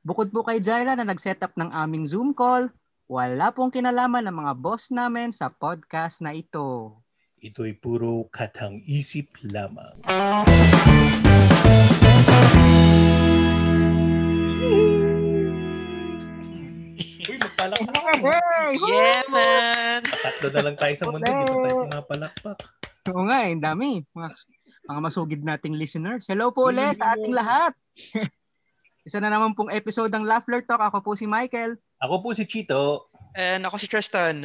Bukod po kay Jaila na nag-setup ng aming Zoom call, wala pong kinalaman ng mga boss namin sa podcast na ito. Ito'y puro katang isip lamang. Uy, magpalakpak. Yeah, man! Tatlo na lang tayo sa mundo. Dito tayo pumapalakpak. Oo nga, eh, ang dami. Mga, mga masugid nating listeners. Hello po ulit sa ating lahat. Isa na naman pong episode ng Laughler Talk. Ako po si Michael. Ako po si Chito. And ako Eh, si Tristan.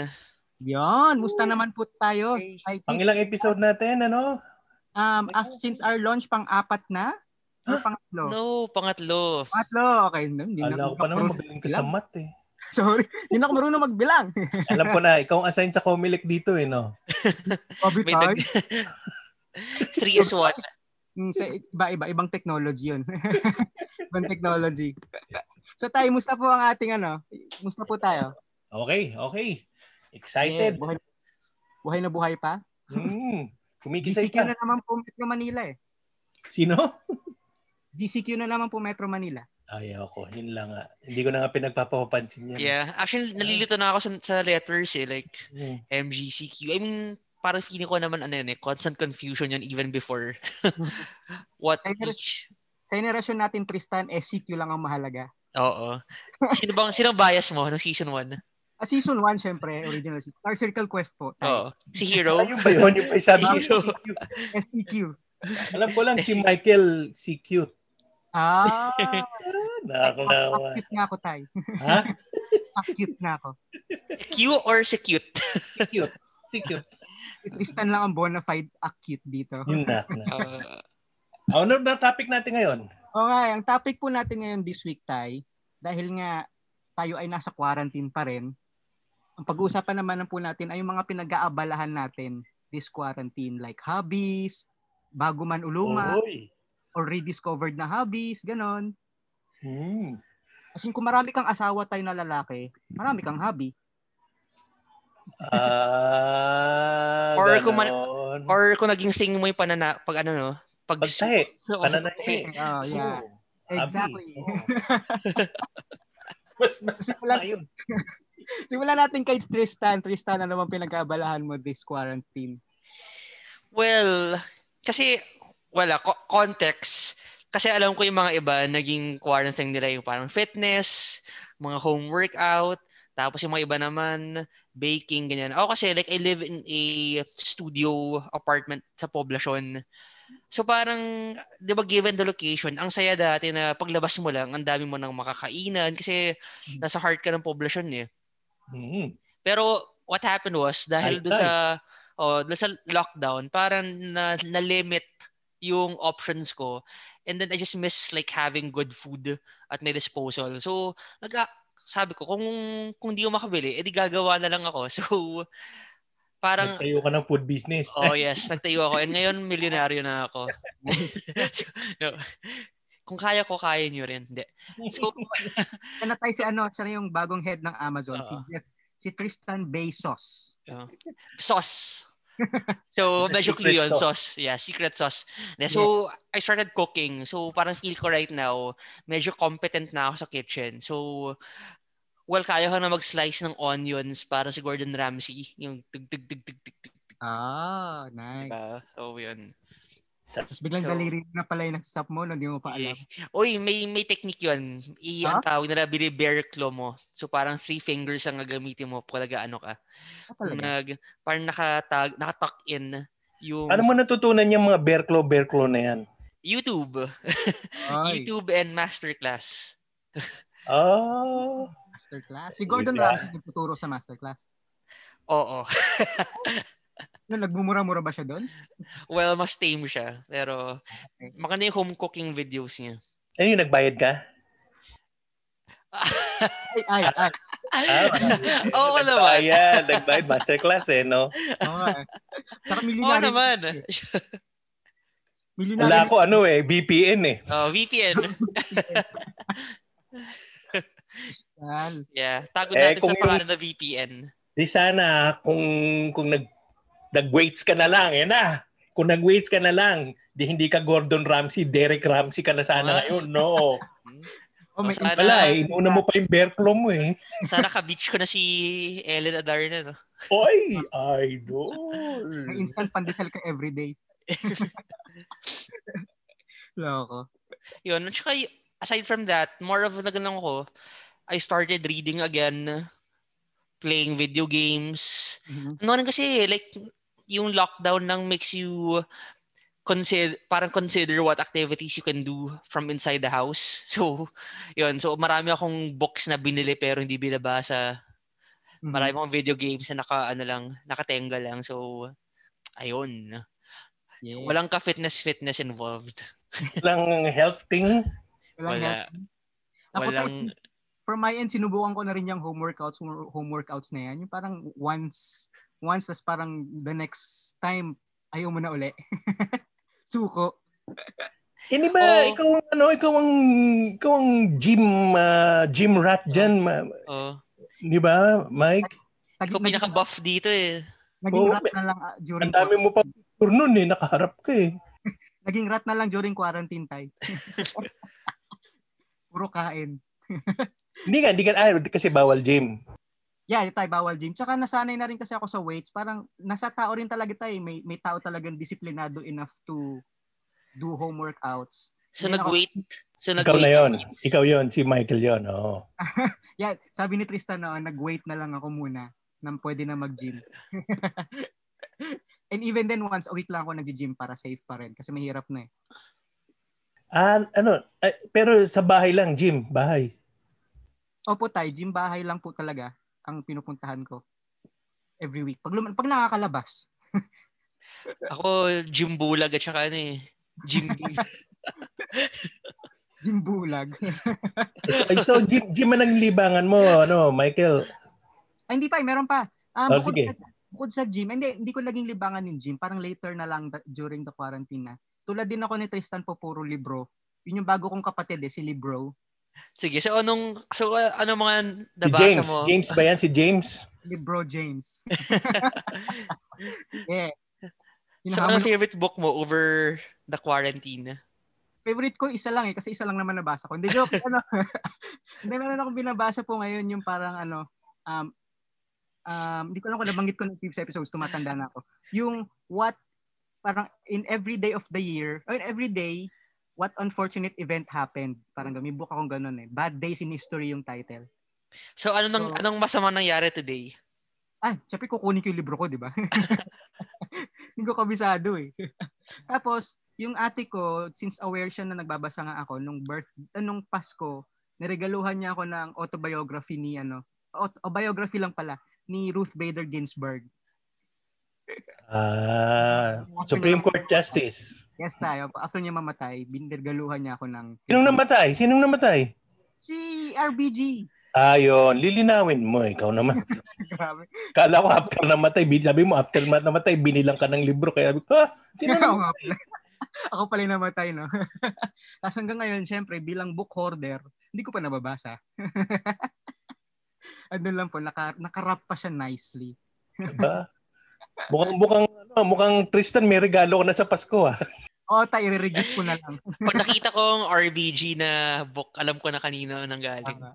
Yon, musta naman po tayo? Okay. Hi, Ang Tits. ilang episode natin, ano? Um, af- since our launch, pang-apat na? Or pangatlo? No, pangatlo. Pangatlo, okay. no, Hindi Alam ko pa naman magaling ka sa math eh. Sorry, hindi na ako marunong magbilang. Alam ko na, ikaw ang assign sa Comelec dito eh, no? Bobby May Todd. dag- Three is one. Mm, sa iba, iba, ibang technology yun. ibang technology. so tayo, musta po ang ating ano? Musta po tayo? Okay, okay. Excited. Yeah, buhay, buhay na buhay pa? Hmm. Kumikisay DCQ ka. na naman po Metro Manila eh. Sino? DCQ na naman po Metro Manila. Ay, ako. Yun lang nga. Hindi ko na nga pinagpapapansin yan. Yeah. Actually, nalilito na ako sa, sa letters eh. Like, Hmm. MGCQ. I mean, parang feeling ko naman ano yun eh, constant confusion yun even before. What Sa inter- each? Sa generasyon natin, Tristan, SCQ lang ang mahalaga. Oo. Sino bang, sino ang bias mo no season 1? Ah, season 1, syempre, original season. Star Circle Quest po. Oo. Si Hero? Ayun ba yun? Yung pa sabi Hero. ko. SCQ. Alam ko lang si Michael, si cute. Ah, Nakakalawa. cute na ako, Tay. ha? Ah, cute na ako. Q or si Cute? Si cute. Si cute. Si Tristan lang ang bona fide acute dito. Yun na. na. Oo. Honor na topic natin ngayon. Okay, ang topic po natin ngayon this week, Tay, dahil nga tayo ay nasa quarantine pa rin, ang pag-uusapan naman po natin ay yung mga pinag-aabalahan natin this quarantine like hobbies, bago man uluma, Oy. or rediscovered na hobbies, ganon. Hmm. Kasi kung marami kang asawa tayo na lalaki, marami kang hobby. Ah, Or kung man- ganon. Or kung naging thing mo yung panana, pag ano no? Pag, Pagtahi. Oo, Pananahi. pagtahi. Oh, yeah. eh. Oo, hobby. Exactly. Oo. Mas na Kasi wala- ayun. Simulan natin kay Tristan. Tristan, ano bang pinag-aabalahan mo this quarantine? Well, kasi, wala, co- context. Kasi alam ko yung mga iba, naging quarantine nila yung parang fitness, mga home workout, tapos yung mga iba naman, baking, ganyan. Ako kasi, like, I live in a studio apartment sa poblasyon. So parang, di ba given the location, ang saya dati na paglabas mo lang, ang dami mo nang makakainan kasi nasa heart ka ng poblasyon eh. Hmm. Pero what happened was Ay, dahil do sa oh, do sa lockdown, parang na, na-limit yung options ko. And then I just miss like having good food at my disposal. So, nag ah, sabi ko kung kung di ko makabili, edi gagawa na lang ako. So, parang Nagtayo ka ng food business. Oh yes, nagtayo ako. And ngayon, milyonaryo na ako. So, no. Kung kaya ko, kaya nyo rin. Hindi. So, Yan na tayo si ano, siya na yung bagong head ng Amazon, si Oo. Jeff, si Tristan Bezos. sauce. So, The medyo secret clue yun, sauce. sauce. Yeah, secret sauce. Yeah, So, I started cooking. So, parang feel ko right now, medyo competent na ako sa kitchen. So, well, kaya ko na mag-slice ng onions para si Gordon Ramsay. Yung tig tig tig tig tig tig tig. Ah, nice. Diba? So, yun. Sa- Tapos biglang So- eh, daliri mo na pala yung nagsasap mo, no, hindi mo pa alam. Uy, may, may technique yun. I, Huh? ang tawag nila, binibear claw mo. So, parang three fingers ang gagamitin mo pag ano ka. Ah, talaga. Nag, parang nakatag, nakatuck in yung Ano mo natutunan yung mga bear claw, bear claw na yan? YouTube. Ay, YouTube and masterclass. Oh, masterclass. Si Gordon Yeah. Ramsay nagtuturo sa masterclass. Oo. No, Ano, nagmumura-mura ba siya doon? Well, mas tame siya. Pero maganda yung home cooking videos niya. ano yung nagbayad ka? Ay, ay, ay. Ah, Oo naman. Ayan, nagbayad masterclass eh, no? Oo nga eh. Tsaka Oo milyonary. naman. Milyonary. Wala ko ano eh, VPN eh. Oh, VPN. yan. Yeah. Tago Eh, natin kung sa pangalan na VPN. Di sana kung kung nag nag-weights ka na lang, eh na. Kung nag-weights ka na lang, di hindi ka Gordon Ramsay, Derek Ramsay ka na sana Ah. ngayon, no? Oh, may Sana- Wala eh, inuuna mo pa yung berklo mo eh. Sana ka-beach ko na si Ellen Adarna, no? Oy, idol! May instant pandesal ka everyday. Loko. Yun. At saka, y- aside from that, more of na ganun ko, I started reading again, playing video games. Mhm. Ano rin kasi, like, yung lockdown lang makes you consider parang consider what activities you can do from inside the house. So, yun. So, marami akong books na binili pero hindi binabasa. Mhm. Marami akong video games na naka, ano lang, nakatenga lang. So, ayun. Yeah. Walang ka-fitness-fitness involved. Walang health thing. Walang Wala. help. Ako Walang... type- from my end, sinubukan ko na rin yung home workouts, home workouts na yan. Yung parang once, once, tas parang the next time, ayaw mo na uli. Suko. Hindi ba, Oo. ikaw ang ano, ikaw ang ikaw ang gym ah, gym rat diyan, ma- Oh. 'di ba, Mike? Ikaw Naging, naging, pinaka-buff dito eh. naging Oo, rat na lang ah, during Ang dami mo pa picture nun eh, nakaharap ka eh. Naging rat na lang during quarantine time. Puro kain. Hindi ka, hindi ka, ah, kasi bawal gym. Yeah, tayo bawal gym. Tsaka nasanay na rin kasi ako sa weights. Parang nasa tao rin talaga tayo. eh. May, may tao talagang disiplinado enough to do home workouts. So Hindi na ako- nag-wait. So nag Ikaw na yon. Ikaw yon, si Michael yon. Oo. Yeah, sabi ni Tristan noon, nag-wait na lang ako muna nang pwede na mag-gym. And even then, once a week lang ako nag-gym para safe pa rin kasi mahirap na eh. Ah, ano, ah, pero sa bahay lang, gym, bahay. Opo tayo, gym bahay lang po talaga ang pinupuntahan ko every week. Pag, lum- pag nakakalabas, Ako, gym bulag at saka ano eh. Gym gym bulag. Ay, so, gym, gym man ang libangan mo, ano, Michael. Ay, hindi pa, eh, meron pa. Ah, Oh, bukod, sige. Sa, bukod sa gym, hindi, hindi ko naging libangan yung gym. Parang later na lang da- during the quarantine na. Tulad din ako ni Tristan po, puro libro. Yun yung bago kong kapatid eh, si Libro. Sige, so anong, so uh, ano mga Si nabasa James. mo? James ba yan? Si James? Libro James. yeah. So Hinahamon anong favorite book mo over the quarantine? favorite ko isa lang eh kasi isa lang naman nabasa ko. Hindi joke ano. Hindi meron akong binabasa po ngayon yung parang ano um um hindi ko alam kung nabanggit ko ng previous episodes tumatanda na ako. Yung what parang in every day of the year or in every day what unfortunate event happened. Parang ganun. may book akong ganun eh. Bad Days in History yung title. So ano nang, So- anong masama nangyari today? Ay, syempre kukunin ko yung libro ko, di ba? Hindi ko kabisado eh. Tapos, yung ate ko, since aware siya na nagbabasa nga ako, nung birth, ah, nung Pasko, niregaluhan niya ako ng autobiography ni ano, aut- o biography lang pala, ni Ruth Bader Ginsburg. Ah, Supreme Court Justice. Yes tayo, after niya mamatay, binirgaluhan niya ako ng... Sinong namatay? Sinong namatay? Si RBG! Ayon, lilinawin mo, ikaw naman. Grabe. Kala ko after namatay, bin- sabi mo after mat- namatay, binilang ka ng libro. Kaya, ha? Sino Ako na? nga pala. eh. ako pala yung namatay, no? Tapos hanggang ngayon, syempre, bilang book hoarder, hindi ko pa nababasa. Andun lang po, naka, nakarap pa siya nicely. Diba? Mukhang, mukhang, ano, mukhang Tristan, may regalo ka na sa Pasko, ah. O, tayo, i-regift Oh, ko na lang. Pag nakita kong RBG na book, alam ko na kanino nang galing. Tama.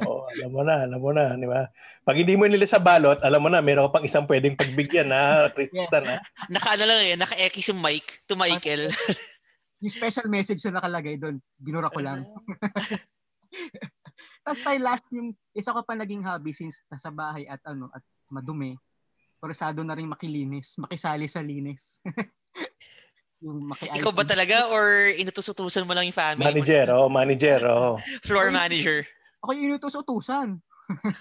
Oo, alam mo na, alam mo na, di ba? Pag hindi mo nila sa balot, alam mo na, meron ka pang isang pwedeng pagbigyan, ha, Tristan, ha? Naka ano lang eh, naka-X yung mic to Michael. Yung special message na nakalagay doon, binura ko lang. Tapos tayo, last yung, isa ko pa naging hobby since nasa bahay at ano, at madumi. Parasado na rin makilinis, makisali sa linis. yung maki Ikaw ba talaga or inutus-utusan mo lang yung family mo? Manager, oh, manager, oh. Floor manager. Ako yung inutos-utusan.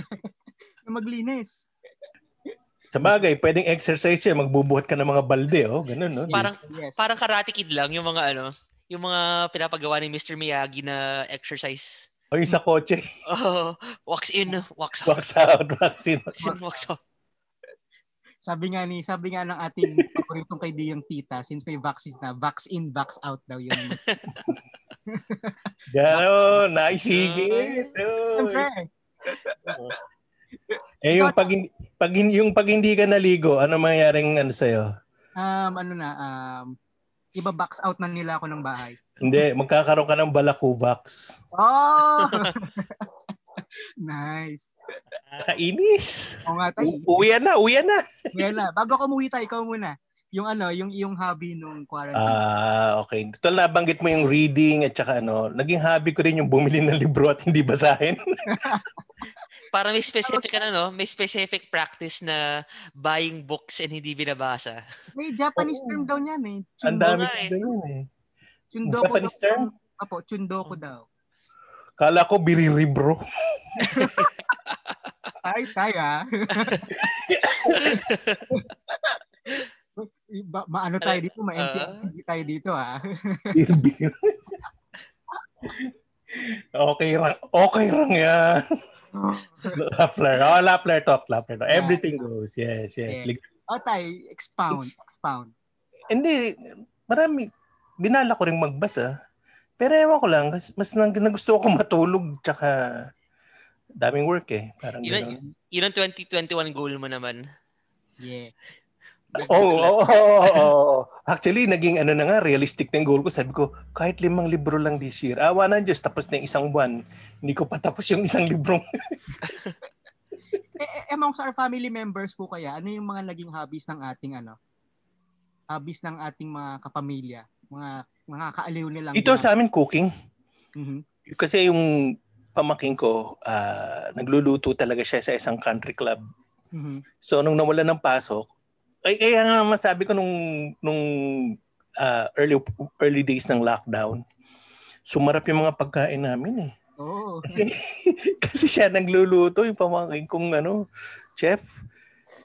na maglinis. Sa bagay, pwedeng exercise yan, magbubuhat ka ng mga balde, oh, ganun, no? Parang Yes. parang karate kid lang yung mga ano, yung mga pinapagawa ni Mr. Miyagi na exercise. O yung sa kotse, Oh, walks in, walks out, box out, box in. walks in, walks out. sabi nga ni, sabi nga ng ating paboritong kaibigang tita, since may vaccines na, vax in, vax out daw yun. Ganun, naisigit. oh. Siyempre, Eh, yung pag, hindi- pag, hin- yung pag hindi ka naligo, ano mangyayaring ano sa'yo? um, ano na, um, iba-box out na nila ako ng bahay. Hindi, magkakaroon ka ng Balakuvax. Oh! nice. Nakakainis. O nga tayo. U- uwi na, uwi na. Ngayon na. Bago ka umuwi tayo, ikaw muna. Yung ano, yung yung hobby nung quarantine. Ah, okay. Tol, nabanggit mo yung reading at saka ano, naging hobby ko rin yung bumili ng libro at hindi basahin. Para may specific ano, no? may specific practice na buying books and hindi binabasa. May Japanese oo. term daw niyan eh. Ang Chundo, dami nga eh. ko yun eh. Chundoko Japanese daw. term? Oh. Apo, chundoko daw. Kala ko biriribro. Ay, taya. ba, maano tayo dito, ma-MTLCG tayo dito ah. Bir-bir. okay lang. Okay lang yan. Lafler. Oh, Lafler talk. Lafler talk. Everything goes. Yes, yes. Yeah. o Oh, tay, expound, expound. Hindi, marami. Dinala ko rin magbasa. Pero ewan ko lang, kas- mas nang, nagusto ko matulog tsaka daming work eh. Parang Yun, ang- ganun. yun ang 2021 goal mo naman. Yeah. Ah, Oo, oo, oo, oo. Actually, naging ano na nga, realistic na yung goal ko. Sabi ko, kahit limang libro lang this year. Awa na Diyos, tapos na yung isang buwan. Hindi ko pa tapos yung isang libro. Eh, eh, amongst our family members po kaya, ano yung mga naging hobbies ng ating ano? Hobbies ng ating mga kapamilya, mga mga kaaliw nilang. Ito sa amin, cooking. Mhm. Kasi yung pamaking ko, ah, nagluluto talaga siya sa isang country club. Mhm. So nung nawala ng pasok, ay kaya nga masabi ko nung nung ah, early early days ng lockdown, sumarap yung mga pagkain namin eh. Oo. Kasi, kasi siya nagluluto yung pamangkin kong ano, chef.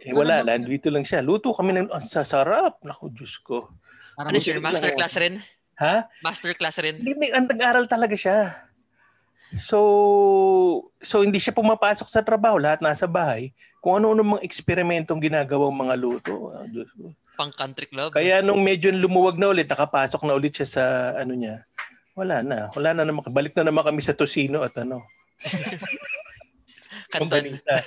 Eh wala, Ano ba- nandito lang siya. Luto kami ng ang sasarap. Naku, Diyos ko. Parang Ano sir, Buti lang masterclass rin? Ha? Masterclass rin? Hindi, may- ang nag-aral talaga siya. So, so hindi siya pumapasok sa trabaho, lahat nasa bahay. Kung ano-ano mga eksperimentong ginagawang mga luto. Ah, Diyos ko. Pang country club? Kaya nung medyo lumuwag na ulit, nakapasok na ulit siya sa ano niya. Wala na. Wala na naman. Balik na naman kami sa Tosino at ano. Kanton. Longganisa.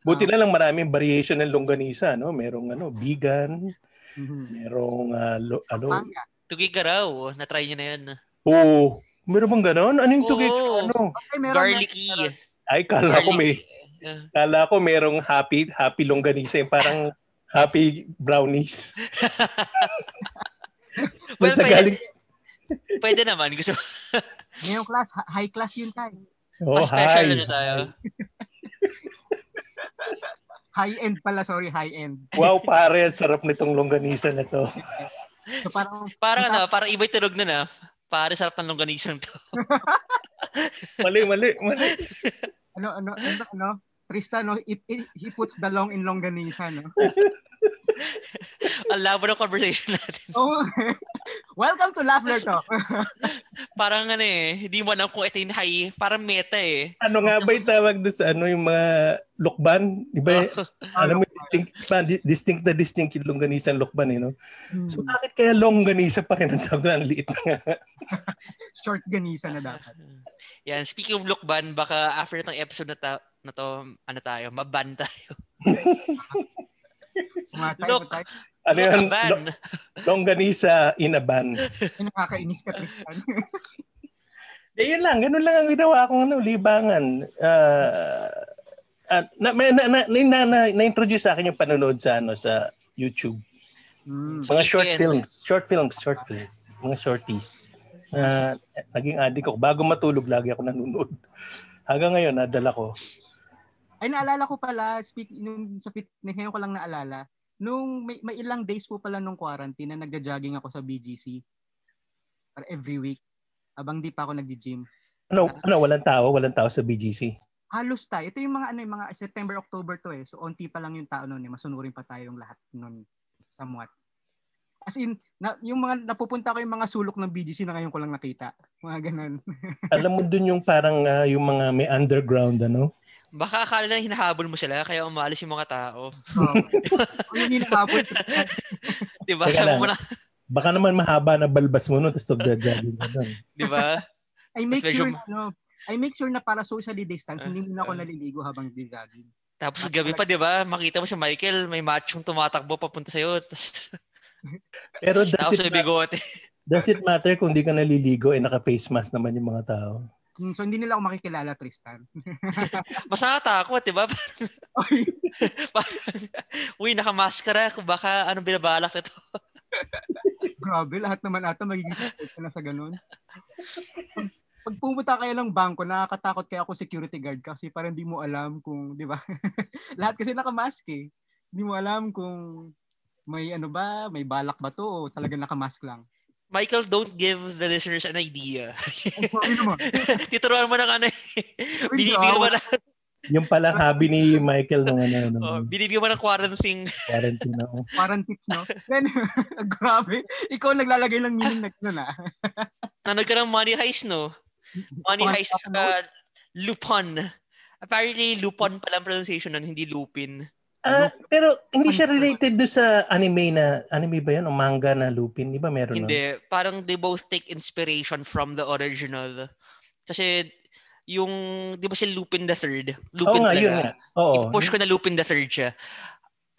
Buti na lang maraming variation ng longganisa, no? Merong ano, vegan, Mhm. merong ah, lo, ano, Manga. Tugigaraw. Na-try niyo na yun. oh, meron bang ganon? Ano yung tugay? Oo. Ano? Okay, meron Garlicky. meron. Ay, kala ko may, Ah. kala ko merong happy, happy longganisa, yung parang happy brownies. Well, Sa pwede, galing- Eh, pwede naman. Gusto Ngayong class, hi- high class yun tayo. Oh, pa special hi. ano tayo. High end pala, sorry, high end. Wow, pare, sarap nitong longganisa na to. So parang Parang ano, parang iba'y tunog na na. Pare, sarap ng longganisang to. Mali, mali, mali. ano ano ano, ano? Trista no it, it- he puts the long in longganisa no. Ang labo ng conversation natin. Oh, welcome to Laughter Talk. Parang ano eh, hindi mo alam kung ito yung high. Parang meta eh. Ano nga ba yung tawag doon sa ano, yung mga lukban? Di ba? Alam mo, distinct, pa, di- distinct na distinct yung longganisa ang lukban, eh, no? Hmm, So, bakit kaya longganisa pa rin ang tawag doon? Ang liit na nga. short ganisa na dapat. Yan, speaking of lookban, baka after ng episode na, ta- na to, ano tayo, maban tayo. Kumatay Look. mo tayo. Ano yun? Lo- Look-a-ban. longganisa in a ban. Ay, nakakainis ka Tristan. Eh, yun lang. Ganun lang ang ginawa kong ano, libangan. Ah, at na, may- na, na, na, na, introduce sa akin yung panonood sa, ano, sa YouTube. Hmm. Mga short Weekend. films. Short films. Short films. Mga shorties. Ah, naging addict ako. Bago matulog, lagi ako nanonood. Hanggang ngayon, nadala ko. Ay naalala ko pala speak nung sa fitness ngayon ko lang naalala nung may, may ilang days po pala nung quarantine na nagja-jogging ako sa BGC Or every week abang di pa ako nagji-gym. Ano, ano, walang tao, walang tao sa BGC. halos tayo. Ito yung mga ano, yung mga September, October to eh. So, onti pa lang yung tao noon eh. Masunurin pa tayong lahat noon somewhat. As in, na, yung mga napupunta ko yung mga sulok ng BGC na ngayon ko lang nakita. Mga ganun. Alam mo dun yung parang ah, yung mga may underground ano? Baka akala na hinahabol mo sila, kaya umalis yung mga tao. So, kung yun yung hinahabol, Diba? Teka Sabi lang. mo na, Baka naman mahaba na balbas mo no tapos tugdadagin mo nun. diba? I make Mas sure medyo- na, ano, I make sure na para socially distance, hindi muna ako Ah, ah. naliligo habang nagdi-jogging. Tapos gabi pa, diba? Makita mo si Michael, may machong tumatakbo papunta sa'yo. Tapos, Pero does tapos it, may bigote. Does it matter kung di ka naliligo eh naka-face mask naman yung mga tao? Hmm, So, hindi nila ako makikilala, Tristan. Mas nakatakot, di ba? Oy, Uy, nakamaskara. Kung baka anong binabalak nito. Grabe, lahat naman ata magiging suspect ka na sa ganun. Pag- Pag pumunta kayo ng bangko, nakakatakot kaya ako security guard ka kasi parang di mo alam kung, di ba? lahat kasi nakamask eh. Hindi mo alam kung may ano ba, may balak ba to o talaga nakamask lang. Michael, don't give the listeners an idea. Ay, sorry naman. Tituruan mo ng ano eh. Binibigyan mo na, Yung palang hobby ni Michael nung ano, nung oh, binibigyan mo ng quarantine quarantine ako. Parang tips, no? Then, grabe. Ikaw ang naglalagay ng meaning na gano'n, ah. Nanood ka ng Money Heist, no? Money Parang Heist at uh, Lupin. Apparently, Lupin pala ang pronunciation nun, hindi Lupin. Ano? Ah, pero hindi siya related do sa anime na, anime ba yun? O manga na Lupin? Di ba meron nun? Hindi. Parang they both take inspiration from the original. Kasi yung, di ba si Lupin the Third? Oo Lupin nga, talaga. Oh, yun nga. Oo. I-push ko na Lupin the Third siya.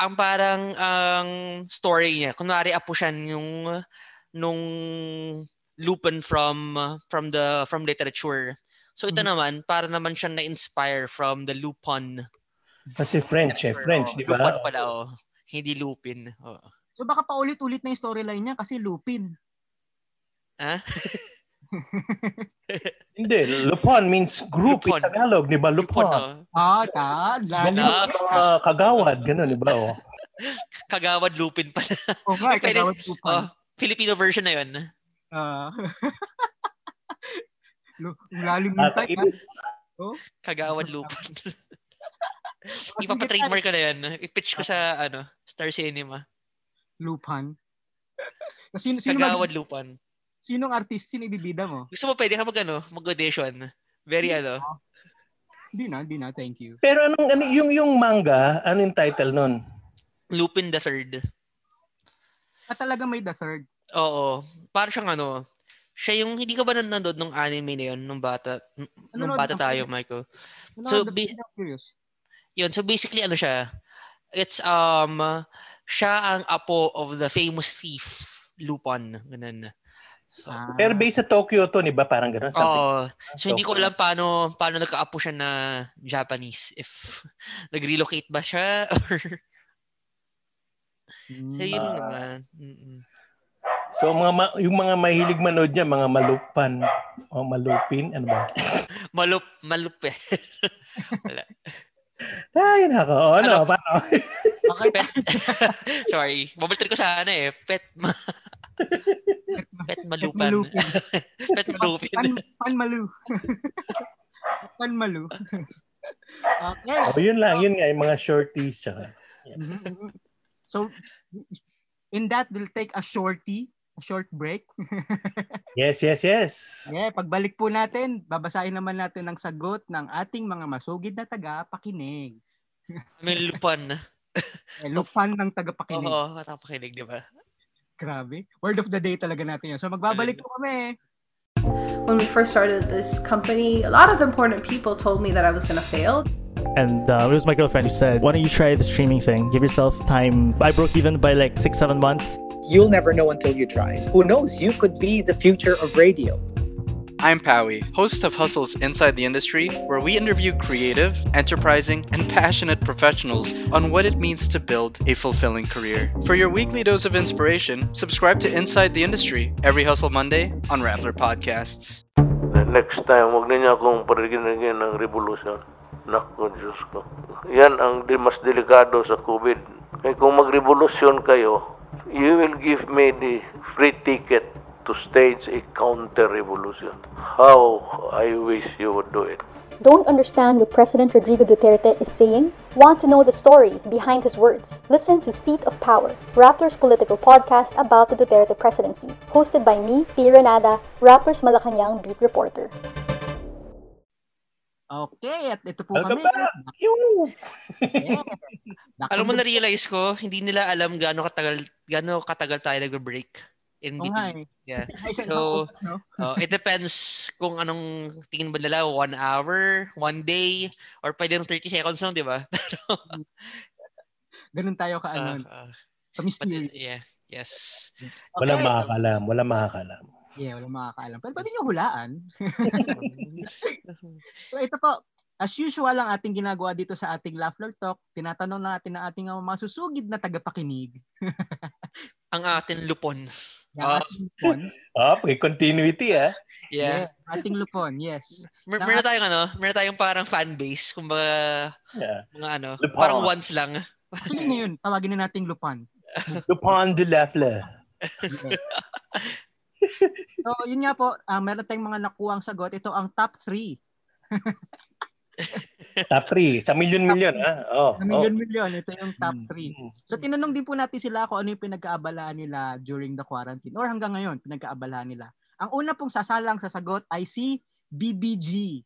Ang parang ang story niya, kunwari apo siya yung nung Lupin from from the from literature. So ito Mhm. naman para naman siya na-inspire from the Lupin. Kasi French eh. Or, French, oh, di ba? Lupin pala oh. Hindi Lupin. Oh. So baka paulit-ulit na yung storyline niya kasi Lupin. Hindi. Lupon means group Lupon. in Tagalog. Di ba? Lupin Lupon. oh. Ah, ta. Ganun Lalo. Lupon. yung mga kagawad. Ganun, di ba? Oh. Kagawad Lupin pala. O nga, Pwede- kagawad Lupin. Oh, Filipino version na 'yon. Ah. Lu- Ang lalim ng type. ah. ha? Nakakainis. Kagawad Lupin. Ipapa-trademark ko na 'yon. I-pitch ko sa ano, Star Cinema. Lupin. So, sino, sino, Kagawad Lupin. sinong artist, sino ibibida mo? Gusto mo pwede ka mag ano, mag-audition. Very ano. Hindi na, hindi na, thank you. Pero anong, ano, yung, yung manga, ano yung title nun? Lupin the Third. At talaga may the third. Oo. Para siyang ano, siya yung hindi ka ba nan- nanood nung anime na yun nung bata nung Nanonood bata ako. tayo, Michael. Ano, So, the- ba- I'm curious. Yun, so basically ano siya? It's um siya ang apo of the famous thief Lupin, ganun. So, Ah, Pero based sa Tokyo to, di ba? Parang ganun. something. Oo. So hindi ko alam paano paano nagka-apo siya na Japanese if nag-relocate ba siya or mm, so yun Ah. naman. Mm-mm. So mga ma- yung mga mahilig manood niya, mga malupan o malupin, ano ba? Malup malup eh. Ay, nako. O, ano, Ano? paano? okay, pet. Sorry. Babalitin ko sana eh. Pet ma... pet malupan. Malupin. pet malupin. Pan, panmalu. panmalu. Ah, okay. O, oh, yun lang, yun nga, yung mga shorties. Tsaka. Mhm, mhm. So, in that, we'll take a shorty, a short break. Yes, yes, yes. Yeah, pagbalik po natin, babasahin naman natin ang sagot ng ating mga masugid na taga-pakinig. May lupan. Eh, lupan ng taga-pakinig. Oo, katapakinig, di ba? Grabe. Word of the day talaga natin yun. So magbabalik po kami. When we first started this company, a lot of important people told me that I was going to fail. And uh, it was my girlfriend who said, Why don't you try the streaming thing? Give yourself time. I broke even by like six, seven months. You'll never know until you try. Who knows? You could be the future of radio. I'm Powie, host of Hustle's Inside the Industry, where we interview creative, enterprising, and passionate professionals on what it means to build a fulfilling career. For your weekly dose of inspiration, subscribe to Inside the Industry every Hustle Monday on Rattler Podcasts. Next time, huwag ninyo akong pariginigin ng revolution. Naku, Diyos ko. Yan ang di mas delikado sa COVID. Kaya kung magrevolusyon kayo, you will give me the free ticket to stage a counter-revolution. How I wish you would do it. Don't understand what President Rodrigo Duterte is saying? Want to know the story behind his words? Listen to Seat of Power, Rappler's political podcast about the Duterte presidency, hosted by me, P. Renada, Rappler's Malacanang beat reporter. Okay, at ito po kami. Welcome back. Yung- Yeah. Back on Alam mo, the- na-realize ko, hindi nila alam gaano katagal, gaano katagal tayo nag-break in Oo nga eh. between. Yeah. Ay, sa- So- sa- no? Oh, it depends kung anong tingin ba nila, one hour, one day, or pwede ng 30 seconds lang, di ba? Pero, Ganun tayo ka, ah, ano, ah, ka but, mysterious. yeah. Yes. Walang makakalam. Walang makakalam. Yeah, walang makakaalam. Pero pwede nyo hulaan. so ito po, as usual ang ating ginagawa dito sa ating Laughler Talk, tinatanong natin ang ating mga masusugid na tagapakinig. Ang ating lupon. Ang Ah. ating lupon. Oh, may continuity ah. Yes, Yeah. ating lupon, yes. Mer- meron tayong ano, meron tayong parang fan base, kumbaga Yeah. mga ano, Lupon. parang once lang. So yun na yun, tawagin na nating lupon. Lupon de Lafla. So yun nga po, ah, meron tayong mga nakuhang sagot. Ito ang top 3. Top 3. Sa million-million ah. Oh, Sa milyon-milyon, ito yung top 3. oh. So tinanong din po natin sila kung ano yung pinag-aabalahan nila during the quarantine or hanggang ngayon pinag-aabalahan nila. Ang una pong sasalang sa sagot ay si BBG.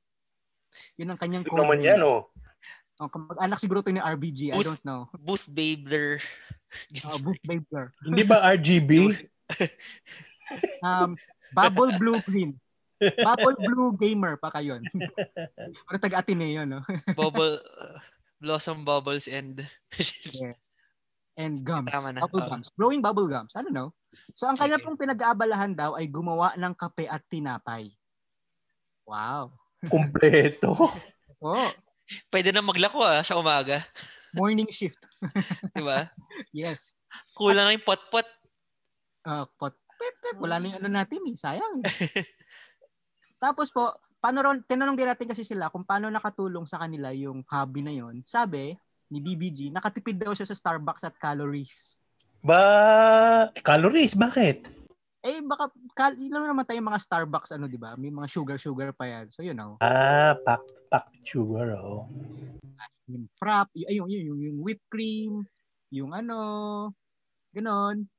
Yun ang kanyang Ito naman yan oh. Oh, kamag-anak siguro to ni RBG. I Booth. don't know. Booth Babler. Oh, Book Babler. Hindi ba RGB? Um, Bubble Blue Green. Bubble Blue Gamer pa kayon. Pero taga-Ateneo, no? Bubble uh, Blossom Bubbles and and gums. Tama na. Bubble Oo. gums. Growing bubble gums. I don't know. So ang kanya Sige. pong pinag-aabalahan daw ay gumawa ng kape at tinapay. Wow. Kompleto. Oh, Pwede na maglako ah, sa umaga, morning shift. 'di ba? Yes. Kulang na yung pot-pot. Uh, pot. Pep, pep. Wala na yung ano natin eh. Sayang. Tapos po, paano ron, tinanong din natin kasi sila kung paano nakatulong sa kanila yung hobby na yon. Sabi ni BBG, nakatipid daw siya sa Starbucks at calories. Ba, calories, bakit? Eh, baka, kal- ilan naman tayo mga Starbucks, ano, di ba? May mga sugar-sugar pa yan. So, you know. Ah, packed, packed sugar, oh. yung frap, y- ay, yung, yung, yung, yung whipped cream, yung ano, ganon.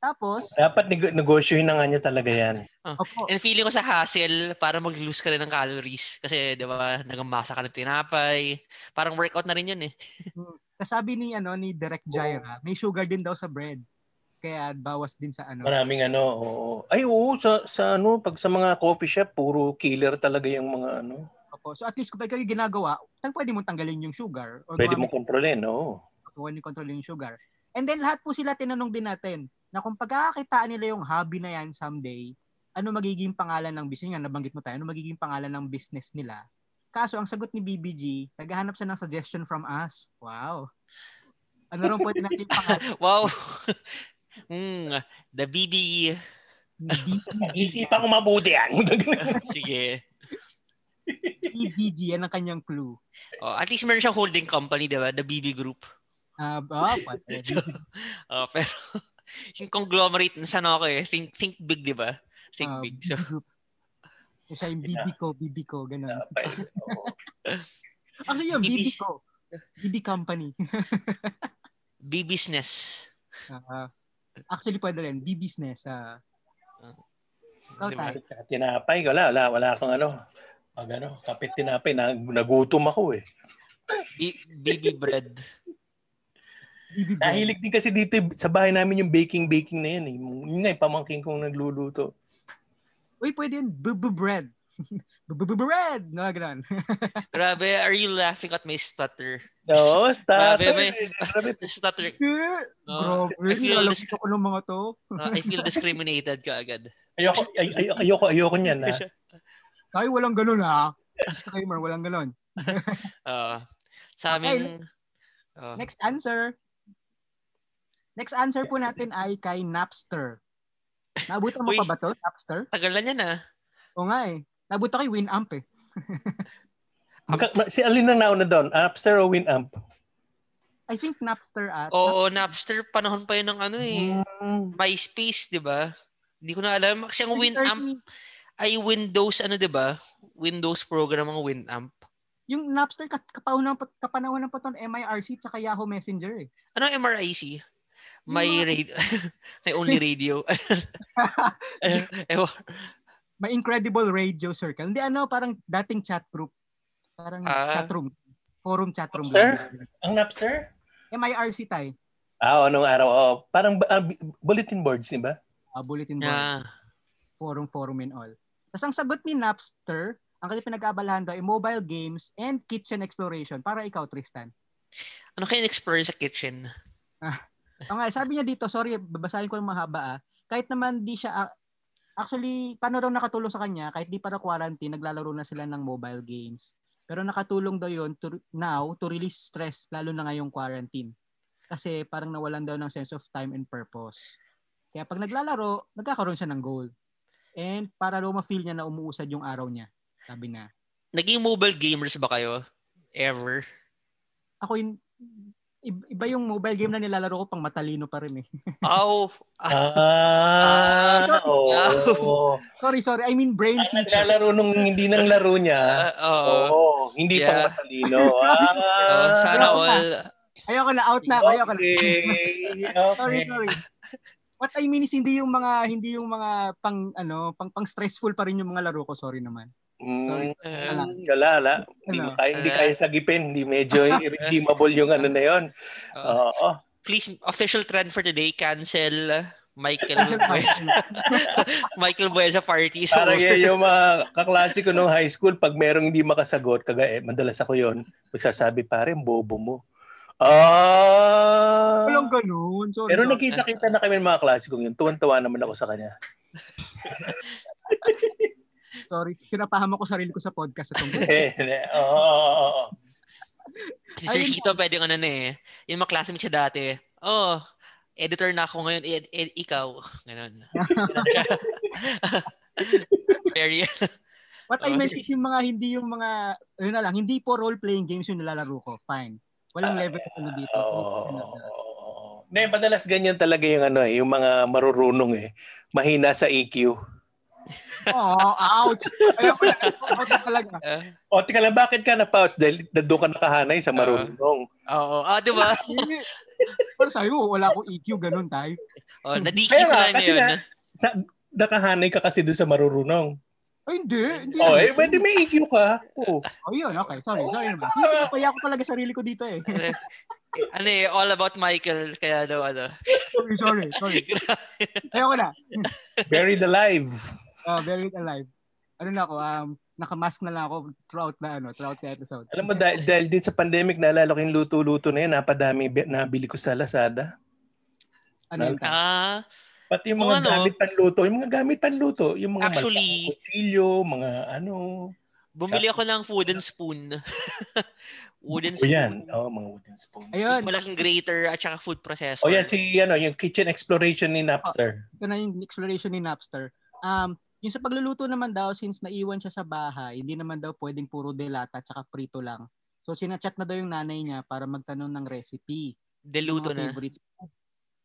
Tapos, Dapat neg- negosyohin na nga niya talaga yan. opo, And feeling ko sa hassle, para mag-lose ka rin ng calories. Kasi, di ba, nagamasa ka ng tinapay. Parang workout na rin yun eh. kasabi ni, ano, ni Direk Jaira, may sugar din daw sa bread. Kaya bawas din sa ano. Maraming ano, oo. Ay, oo, sa, sa ano, pag sa mga coffee shop, puro killer talaga yung mga ano. Opo. So at least kung ikaw yung ginagawa, tan pwede mong tanggalin yung sugar. Or Pwede mo gumamit- kontrolin, oo. Pwede mong kontrolin yung sugar. And then lahat po sila tinanong din natin na kung pagkakakitaan nila yung hobby na yan someday, ano magiging pangalan ng business? Yun Nga, nabanggit mo tayo, ano magiging pangalan ng business nila? Kaso ang sagot ni BBG, naghahanap siya ng suggestion from us. Wow. Ano rin pwede natin yung pangalan? Wow! mm, the BB. BBG. Isipan ko mabuti yan. Sige. BBG, yan ang kanyang clue. Oh, at least meron siyang holding company, di ba? The BB Group. Ah, ba, pwede. So, oh, pero yung conglomerate, nasan ako eh. Think, think big, di ba? Think Ah, big. So, group. So, siya yung BB ko, BB ko, ganun. Actually, yun, BB BB. ko. BB company. B-business. Ah, actually, pwede rin. B-business. ah. Ikaw, Di ba? Tay. tinapay, wala, wala, wala kang ano. Pag ano, kapit tinapay, nag, nagutom ako eh. B- BB bread. BB brand. Nahilig din kasi dito eh, sa bahay namin yung baking-baking na yan eh. Yung- Yun nga, yung pamangking kong nagluluto. Uy, pwede yun. Bubu bread. Bubu bread. No, ganun. Grabe, are you laughing at my stutter? Oo, Grabe, starter. may- Grabe, Stutter. Bro, Oh, I feel alam this- ko ng mga to. Uh, I feel discriminated ka agad. Ayoko, ay, ay, ayoko, ayoko niyan ha. Ay, walang ganun ha. Disclaimer, walang ganun. Uh, sa amin, uh, Next answer. Next answer po natin ay kay Napster. Naabutan mo Uy. pa ba to, Napster? tagal na niya na. O nga eh. Naabutan kay Winamp eh. Magka- ma- si Alin ang nauna doon? Napster o Winamp? I think Napster at Oo, Napster, panahon pa yun ng ano Mm. eh. MySpace, di ba? Hindi ko na alam. Kasi ang Winamp ay Windows, ano di ba? Windows program ang Winamp. Yung Napster kat- kapaunang kapanahon ng paton MIRC tsaka Yahoo Messenger eh. Ano ang MRIC? My Yung mga- radio. My only radio. Eh, Ewan. May incredible radio circle. Hindi ano, parang dating chat group. Parang Ah. chat room. Forum chat room. Eh, Sir? Ang Napster? MIRC tayo. Ah, anong araw? Oh, parang ba- ah, bu- bulletin boards, di ba? Ah, bulletin board. Ah, Forum, forum and all. Tapos ang sagot ni Napster, ang kanya pinag-aabalahan daw ay mobile games and kitchen exploration. Para ikaw, Tristan. ano kayo in-explore sa kitchen? O nga, sabi niya dito, sorry, babasahin ko ng mahaba ah. Kahit naman di siya, ah, actually, paano raw nakatulong sa kanya, kahit di para quarantine, naglalaro na sila ng mobile games. Pero nakatulong daw yun to, now to release stress, lalo na ngayong quarantine. Kasi parang nawalan daw ng sense of time and purpose. Kaya pag naglalaro, nagkakaroon siya ng goal. And para daw ma-feel niya na umuusad yung araw niya. Sabi na. Naging mobile gamers ba kayo? Ever? Ako yun, ib- iba yung mobile game na nilalaro ko pang matalino pa rin eh. Aw, Ah, oo. Sorry, sorry. I mean brain Ay, teaser. naglalaro nung hindi nang laro niya. ah, oo. Oo, hindi Yeah. pang matalino. Ah, Oo, sana grabe all. uh, Ayoko na, out na ako. Ayoko na. Okay. sorry, okay. sorry. What I mean is hindi yung mga hindi yung mga pang ano, pang pang stressful pa rin yung mga laro ko. Sorry Ano? naman. Mm, Ah. Uh, Gala, ala. Hindi, mo kaya, hindi kaya sagipin. Hindi medyo irredeemable yung ano na yun. oo. Oh. Oo. uh, please, official trend for today, cancel uh, Michael Cancel Buesa, party. Michael Buesa party. So, Parang yun yung mga kaklase ko nung high school, pag merong hindi makasagot, kagaya, madalas ako yun, magsasabi, pare, ang bobo mo. Ah! Walang ganun. Sorry. Pero sorry. nakita-kita na kami ng mga klase kong yun. Tuwan-tuwa naman ako sa kanya. sorry. Kinapahama ko sarili ko sa podcast na tungkol. Eh, Oo, oo, oo. si Sir ayun Chito, pwedeng ano na eh. Yung mga classmate siya dati, oh, editor na ako ngayon, ed- ed- ikaw. Ganun. Very, What I Oh, meant sige. is yung mga hindi yung mga yun na lang, hindi po role playing games yung nilalaro ko. Fine. Walang level ano dito. Ah, Oo. Hindi, madalas ganyan talaga yung ano eh, yung mga marurunong eh. Mahina sa E EQ. Oh, ouch. Alam ko na, out na talaga. uh, O, tika lang, bakit ka na-pouch? Dahil na doon ka nakahanay Ah. sa marurunong. oo. Ah, di ba? Hindi. Pero sabi mo, wala akong EQ, ganun tayo. Oh, nadiki Kaya ko nga, na kasi yun. ah. nga, sa, nakahanay ka kasi doon sa marurunong. Ay, hindi. hindi. O, Mm. eh, pwede may EQ ka. Oo. Oh, yun, okay. Sorry, sorry naman. Hindi, Napaya ko talaga sarili ko dito eh. Eh, ano eh, all about Michael. Kaya daw ano. Sorry, sorry, sorry. Ayoko na. Buried alive. Uh, buried alive. Ano na ako, um, nakamask na lang ako throughout na ano, throughout the episode. Alam mo, dahil, dahil din sa pandemic, naalala ko yung luto-luto na yun, napadami bi- nabili ko sa Lazada. ano yun? Ah, Pati yung Oo, mga ano? gamit panluto, yung mga gamit panluto, yung mga Actually- malapang kutsilyo, mga ano. bumili ako ng wooden spoon. wooden O yan, spoon. oh, mga wooden spoon. Ayun, Malaking grater at saka food processor. O yan, si ano, yung kitchen exploration ni Napster. ito na yung exploration ni Napster. Um, yung sa pagluluto naman daw, since naiwan siya sa bahay, hindi naman daw pwedeng puro delata at saka prito lang. So, sinachat na daw yung nanay niya para magtanong ng recipe. Yung Deluto mga na. Favorite,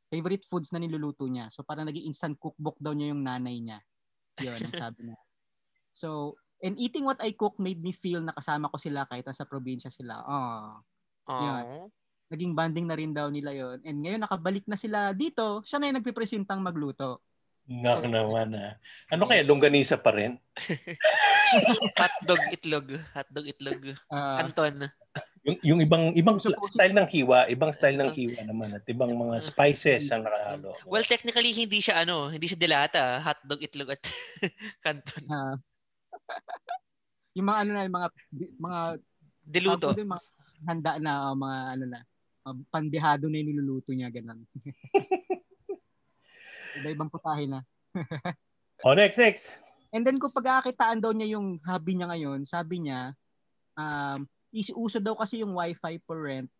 favorite foods na niluluto niya. So, parang naging instant cookbook daw niya yung nanay niya. Yun, ang sabi niya. So, and eating what I cook made me feel na kasama ko sila kahit nasa probinsya sila. Oh, Oh. naging banding na rin daw nila yon And ngayon nakabalik na sila dito, siya na yung nagpipresentang magluto. Nak naman ah. Ano kaya, longganisa pa rin? Hotdog itlog. Hotdog itlog. Ah, Anton. Yung, yung ibang ibang Supposed- style ng hiwa, ibang style ng hiwa naman at ibang mga spices ang nakahalo. Mm-hmm. Well, technically, hindi siya ano, hindi siya delata. Hotdog itlog at Canton. ah. yung mga ano na, yung mga, mga, Deluto. tawag ko dun, mga handa na, ah, mga ano na, ah, pandehado na yung niluluto niya, ganun. Iba-ibang putahe na. O, Oh, next, next. And then kung pagkakakitaan daw niya yung hobby niya ngayon, sabi niya, um, is uso daw kasi yung wifi for rent.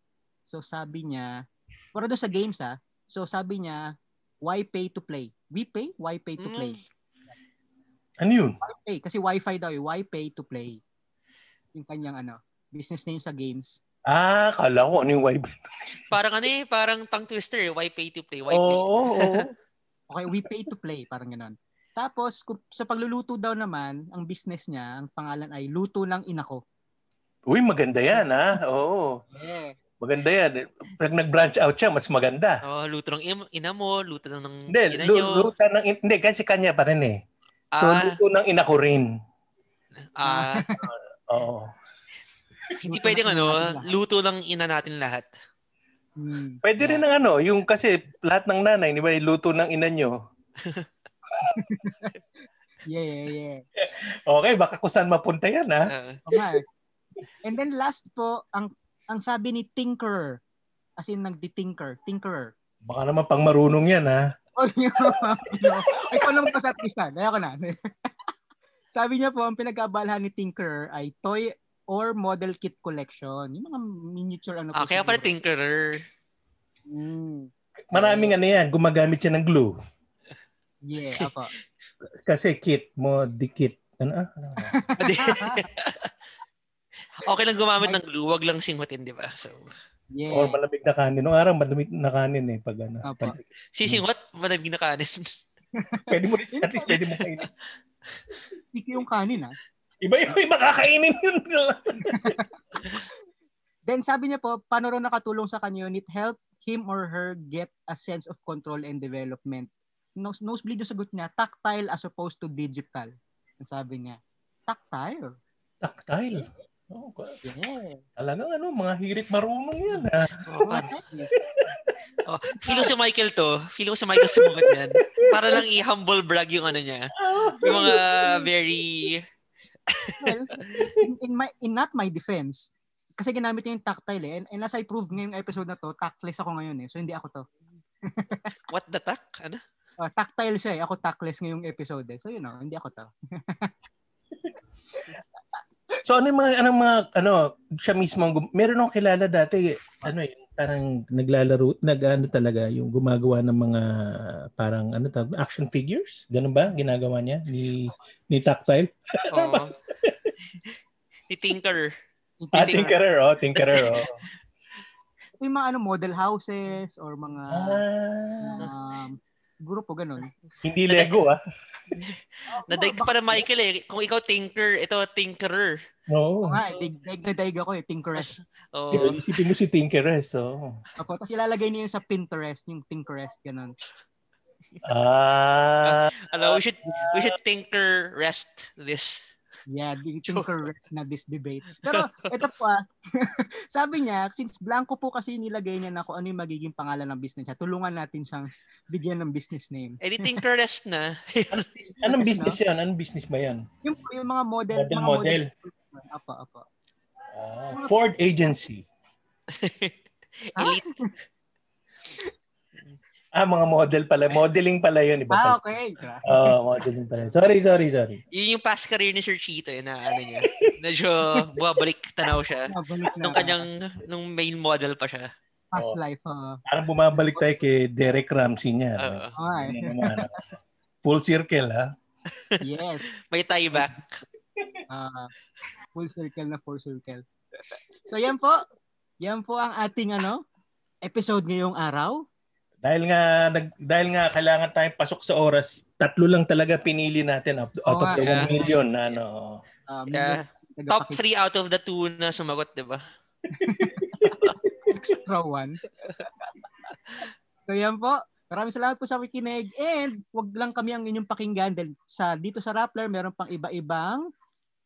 So sabi niya, para doon sa games ha, so sabi niya, why pay to play? We pay? Why pay to play? Mm. Ano yun? Pay, kasi wifi daw eh, why pay to play? Yung kanyang ano, business name sa games. Ah, kala ko ano yung wife. Parang ano eh, parang tongue twister. eh. Why pay to play? Why Oo, Oh. pay? oo, oo. Okay, we pay to play, parang ganun. Tapos, kung, sa pagluluto daw naman, ang business niya, ang pangalan ay Luto ng Inako. Uy, maganda yan, ha? Oo. Yeah. Maganda yan. Pag nag-branch out siya, mas maganda. Oh, luto ng im- ina mo, luto ng ng Hindi, ina lu- nyo. luta ng... in- Hindi, kasi kanya pa rin eh. So, Ah, luto ng ina ko rin. ah, Oo. hindi Luto pwedeng ng ina natin ano, lahat. luto ng ina natin lahat. Hmm. Pwede rin ng ano, yung kasi lahat ng nanay, di ba, luto ng ina nyo. Yeah, yeah, yeah. Okay, baka kung saan mapunta yan, ha? Ah, Oo nga eh. And then last po, ang ang sabi ni Tinkerer, as in nagdi-tinker, Tinkerer. Baka naman pang marunong yan, ha? Oh, yun. Ay, ko naman sa artista. Gaya ko na. Sabi niya po, ang pinag-aabalahan ni Tinkerer ay toy or model kit collection. Yung mga miniature ano. Ah, po kaya siguro. pala tinkerer. Mm, Maraming ano yan, gumagamit siya ng glue. yeah, ako. Kasi kit mo, dikit. Ano ah? Ano ah? okay lang gumamit ng glue, wag lang singutin, di ba? So, Yeah. Or malamig na kanin. Noong araw, malamig na kanin eh. Pag, ano, Apo. pag- Hmm. sisingot, malamig na kanin. pwede mo rin, at least pwede mo kainin. Tiki yung kanin, ah. ha? Iba yung iba kakainin yun. Then sabi niya po, paano raw nakatulong sa kanya yun? It helped him or her get a sense of control and development. Nose, nosebleed yung sagot niya, tactile as opposed to digital. Ang sabi niya, tactile? Ah, Tactile. Oh, God. Yeah. Talagang ano, mga hirit marunong yan. ah. Ha? Oh, oh, feel ko si Michael to. Feel ko si Michael sumukat yan. Para lang i-humble brag yung ano niya. Yung mga very... well, in, in, my, in not my defense, kasi ginamit niya yung tactile eh. And, and as I proved ngayong episode na to, tactless ako ngayon eh. So hindi ako to. What the tak? Ano? Ah, tactile siya eh. Ako tactless ngayong episode eh. So you know, hindi ako to. So ano yung mga, ano yung mga, ano, siya mismo, ang gum- meron akong kilala dati, ano yun, parang naglalaro, nag ano talaga, yung gumagawa ng mga, parang ano tawag, action figures? Ganun ba? Ginagawa niya? Ni, ni Tactile? Oh. Ni Tinker. Ah, Tinkerer, oh, Tinkerer, oh. Yung mga ano, model houses or mga Ah, um, grupo, ganun. hindi Lego, ah. Nadaig ka pa na Michael eh. Kung ikaw Tinker, ito Tinkerer. Oo. Oo nga, eh, daig, daig na daig ako eh, Tinkerest. Oh. Pero isipin mo si Tinkerer, so. Ako, tapos ilalagay niyo yun sa Pinterest, yung Tinkerest, ganun. Ah, Alam, we should, we should Tinker rest this. Yeah, di- Tinkerest na this debate. Pero ito po ah, sabi niya, since blanco po kasi nilagay niya na kung ano yung magiging pangalan ng business niya, tulungan natin siyang bigyan ng business name. Eh, di Tinker rest na. anong business yan? Anong business ba yan? Yung, yung mga model. Model, mga model. Apo, apo. Ah, Ford Agency. Elite. Ah, mga model pala. Modeling pala yun. Iba pala. Ah, okay. Gra- Oh, modeling pala. Sorry, sorry, sorry. Yun yung past career ni Sir Cheeto eh, na ano niya. Medyo bumabalik tanaw siya. Nabalik Ah, na. Nung kanyang, nung main model pa siya. past Oo. life. ah. Parang bumabalik tayo kay Derek Ramsey niya. Oo. Okay. Yun ang mga- ano. Full circle, ah. ha? yes. may tie back. Ah, full circle na full circle. So yan po. Yan po ang ating ano episode ngayong araw. Dahil nga nag, dahil nga kailangan tayong pasok sa oras, tatlo lang talaga pinili natin out, out of Oo the 1 nga, yeah. million na ano. Um, Yeah. Top 3 out of the 2 na sumagot, di ba? extra one. so yan po. Maraming salamat po sa wikinig and wag lang kami ang inyong pakinggan dahil sa dito sa Rappler meron pang iba-ibang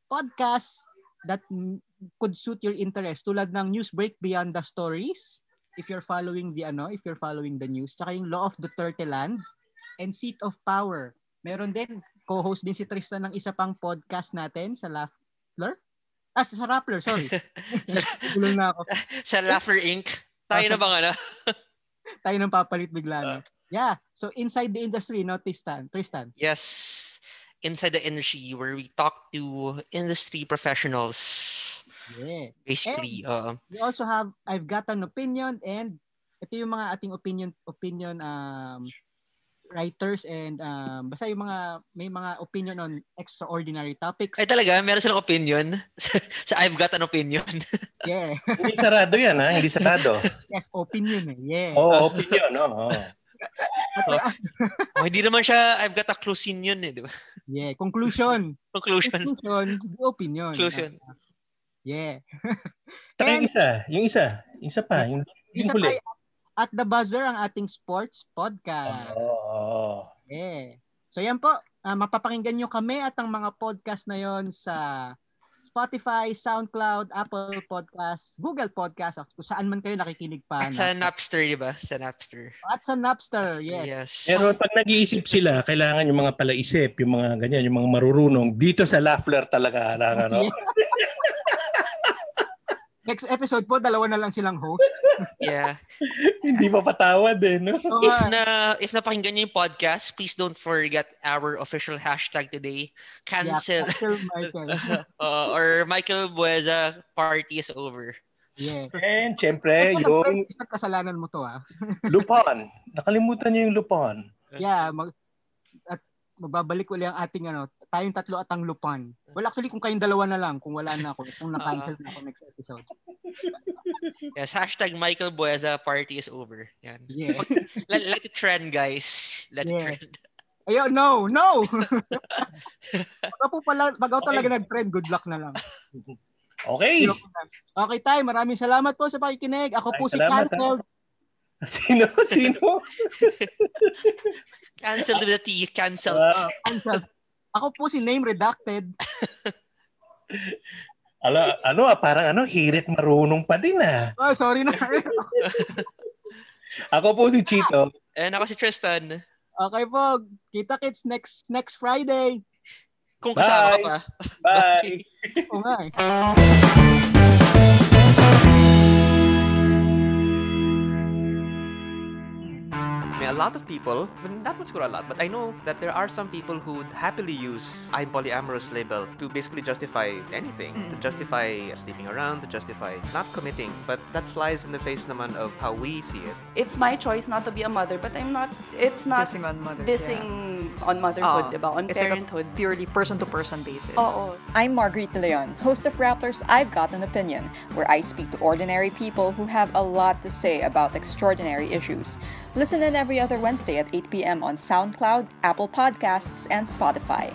podcast that mm, could suit your interest tulad ng News Break Beyond the Stories if you're following the ano if you're following the news tsaka yung Law of Duterte Land and Seat of Power. Meron din co-host din si Tristan ng isa pang podcast natin sa Rappler. Ah, sa Rappler, sorry. Gulo na ako. Sa Laffer Inc. Tayo na bang ano? tayo ng papalit bigla. Ah. no? yeah. So, inside the industry, no, Tristan? Tristan. Yes. Inside the Industry where we talk to industry professionals. Yeah. Basically, uh, We also have, I've got an opinion and ito yung mga ating opinion, opinion um, writers and um, basta yung mga, may mga opinion on extraordinary topics. ay talaga, meron silang opinion. sa I've got an opinion. Yeah. Hindi sarado yan, ha? Hindi sarado. yes, opinion. eh. Yeah. Oo, oh, opinion, oo. At, ah, oh, hindi naman siya I've got a closing yun eh, di ba? yeah. Conclusion. Conclusion. Conclusion. Opinion. Conclusion. Yeah. Saka yung And- isa, yung isa, yung isa pa, yung, yung Isa huli. pa, at the buzzer ang ating sports podcast. Oo, oo. Yeah. So yan po, ah, mapapakinggan nyo kami at ang mga podcast na yon sa Spotify, SoundCloud, Apple Podcasts, Google Podcasts, at kung saan man kayo nakikinig pa. At sa no? Napster, di ba? Sa Napster. At sa Napster, yes. Yes. Pero pag nag-iisip sila, kailangan yung mga palaisip, yung mga ganyan, yung mga Ano? marurunong, dito sa Lafler talaga, kailangan, no? Next episode po, dalawa na lang silang host. Yeah. Hindi mapatawad eh, no? Oo If nga. na if napakinggan niyo yung podcast, please don't forget our official hashtag today, Yeah, cancel. cancel Michael. Uh, or Michael Bueza party is over. Yeah. And syempre, Ito lang, yung Frank, isang kasalanan mo to ah. Lupon. Nakalimutan niyo yung Lupon. Yeah, mag, at magbabalik uli ang ating ano, tayong tatlo at ang lupan. Well, actually, kung kayong dalawa na lang, kung wala na ako, kung na-cancel na ako next episode. Yes, hashtag Michael Bueza party is over. Yan. Yeah. Let, let it trend, guys. Let it Yeah. trend. Ayun, no, no! Baka po pala, pag ako talaga nag-trend, good luck na lang. Okay. Okay, Tay, maraming salamat po sa pakikinig. Ako po Ay, si salamat, Cancel. Sino? Sino? Cancel to the T. Cancel. Ah, Cancel. Ako po si Name Redacted. ala, ano ah, parang ano, hirit marunong pa din ah. Oh, sorry na. Ako po si Chito. And ako Eh, si Tristan. okay po, kita kits next next Friday. Kung kasama Bye. ka pa. Bye. Oo nga eh. I mean, a lot of people, I mean, not what's called a lot, but I know that there are some people who would happily use I'm polyamorous label to basically justify anything, to justify sleeping around, to justify not committing. But that flies in the face naman of how we see it. It's my choice not to be a mother, but I'm not, it's not dissing on Oh, motherhood. on motherhood, diba? On parenthood. purely person-to-person basis. Oo. I'm Marguerite De Leon, host of Rapplers I've Got an Opinion, where I speak to ordinary people who have a lot to say about extraordinary issues. Listen in every other Wednesday at 8 p.m. on SoundCloud, Apple Podcasts, and Spotify.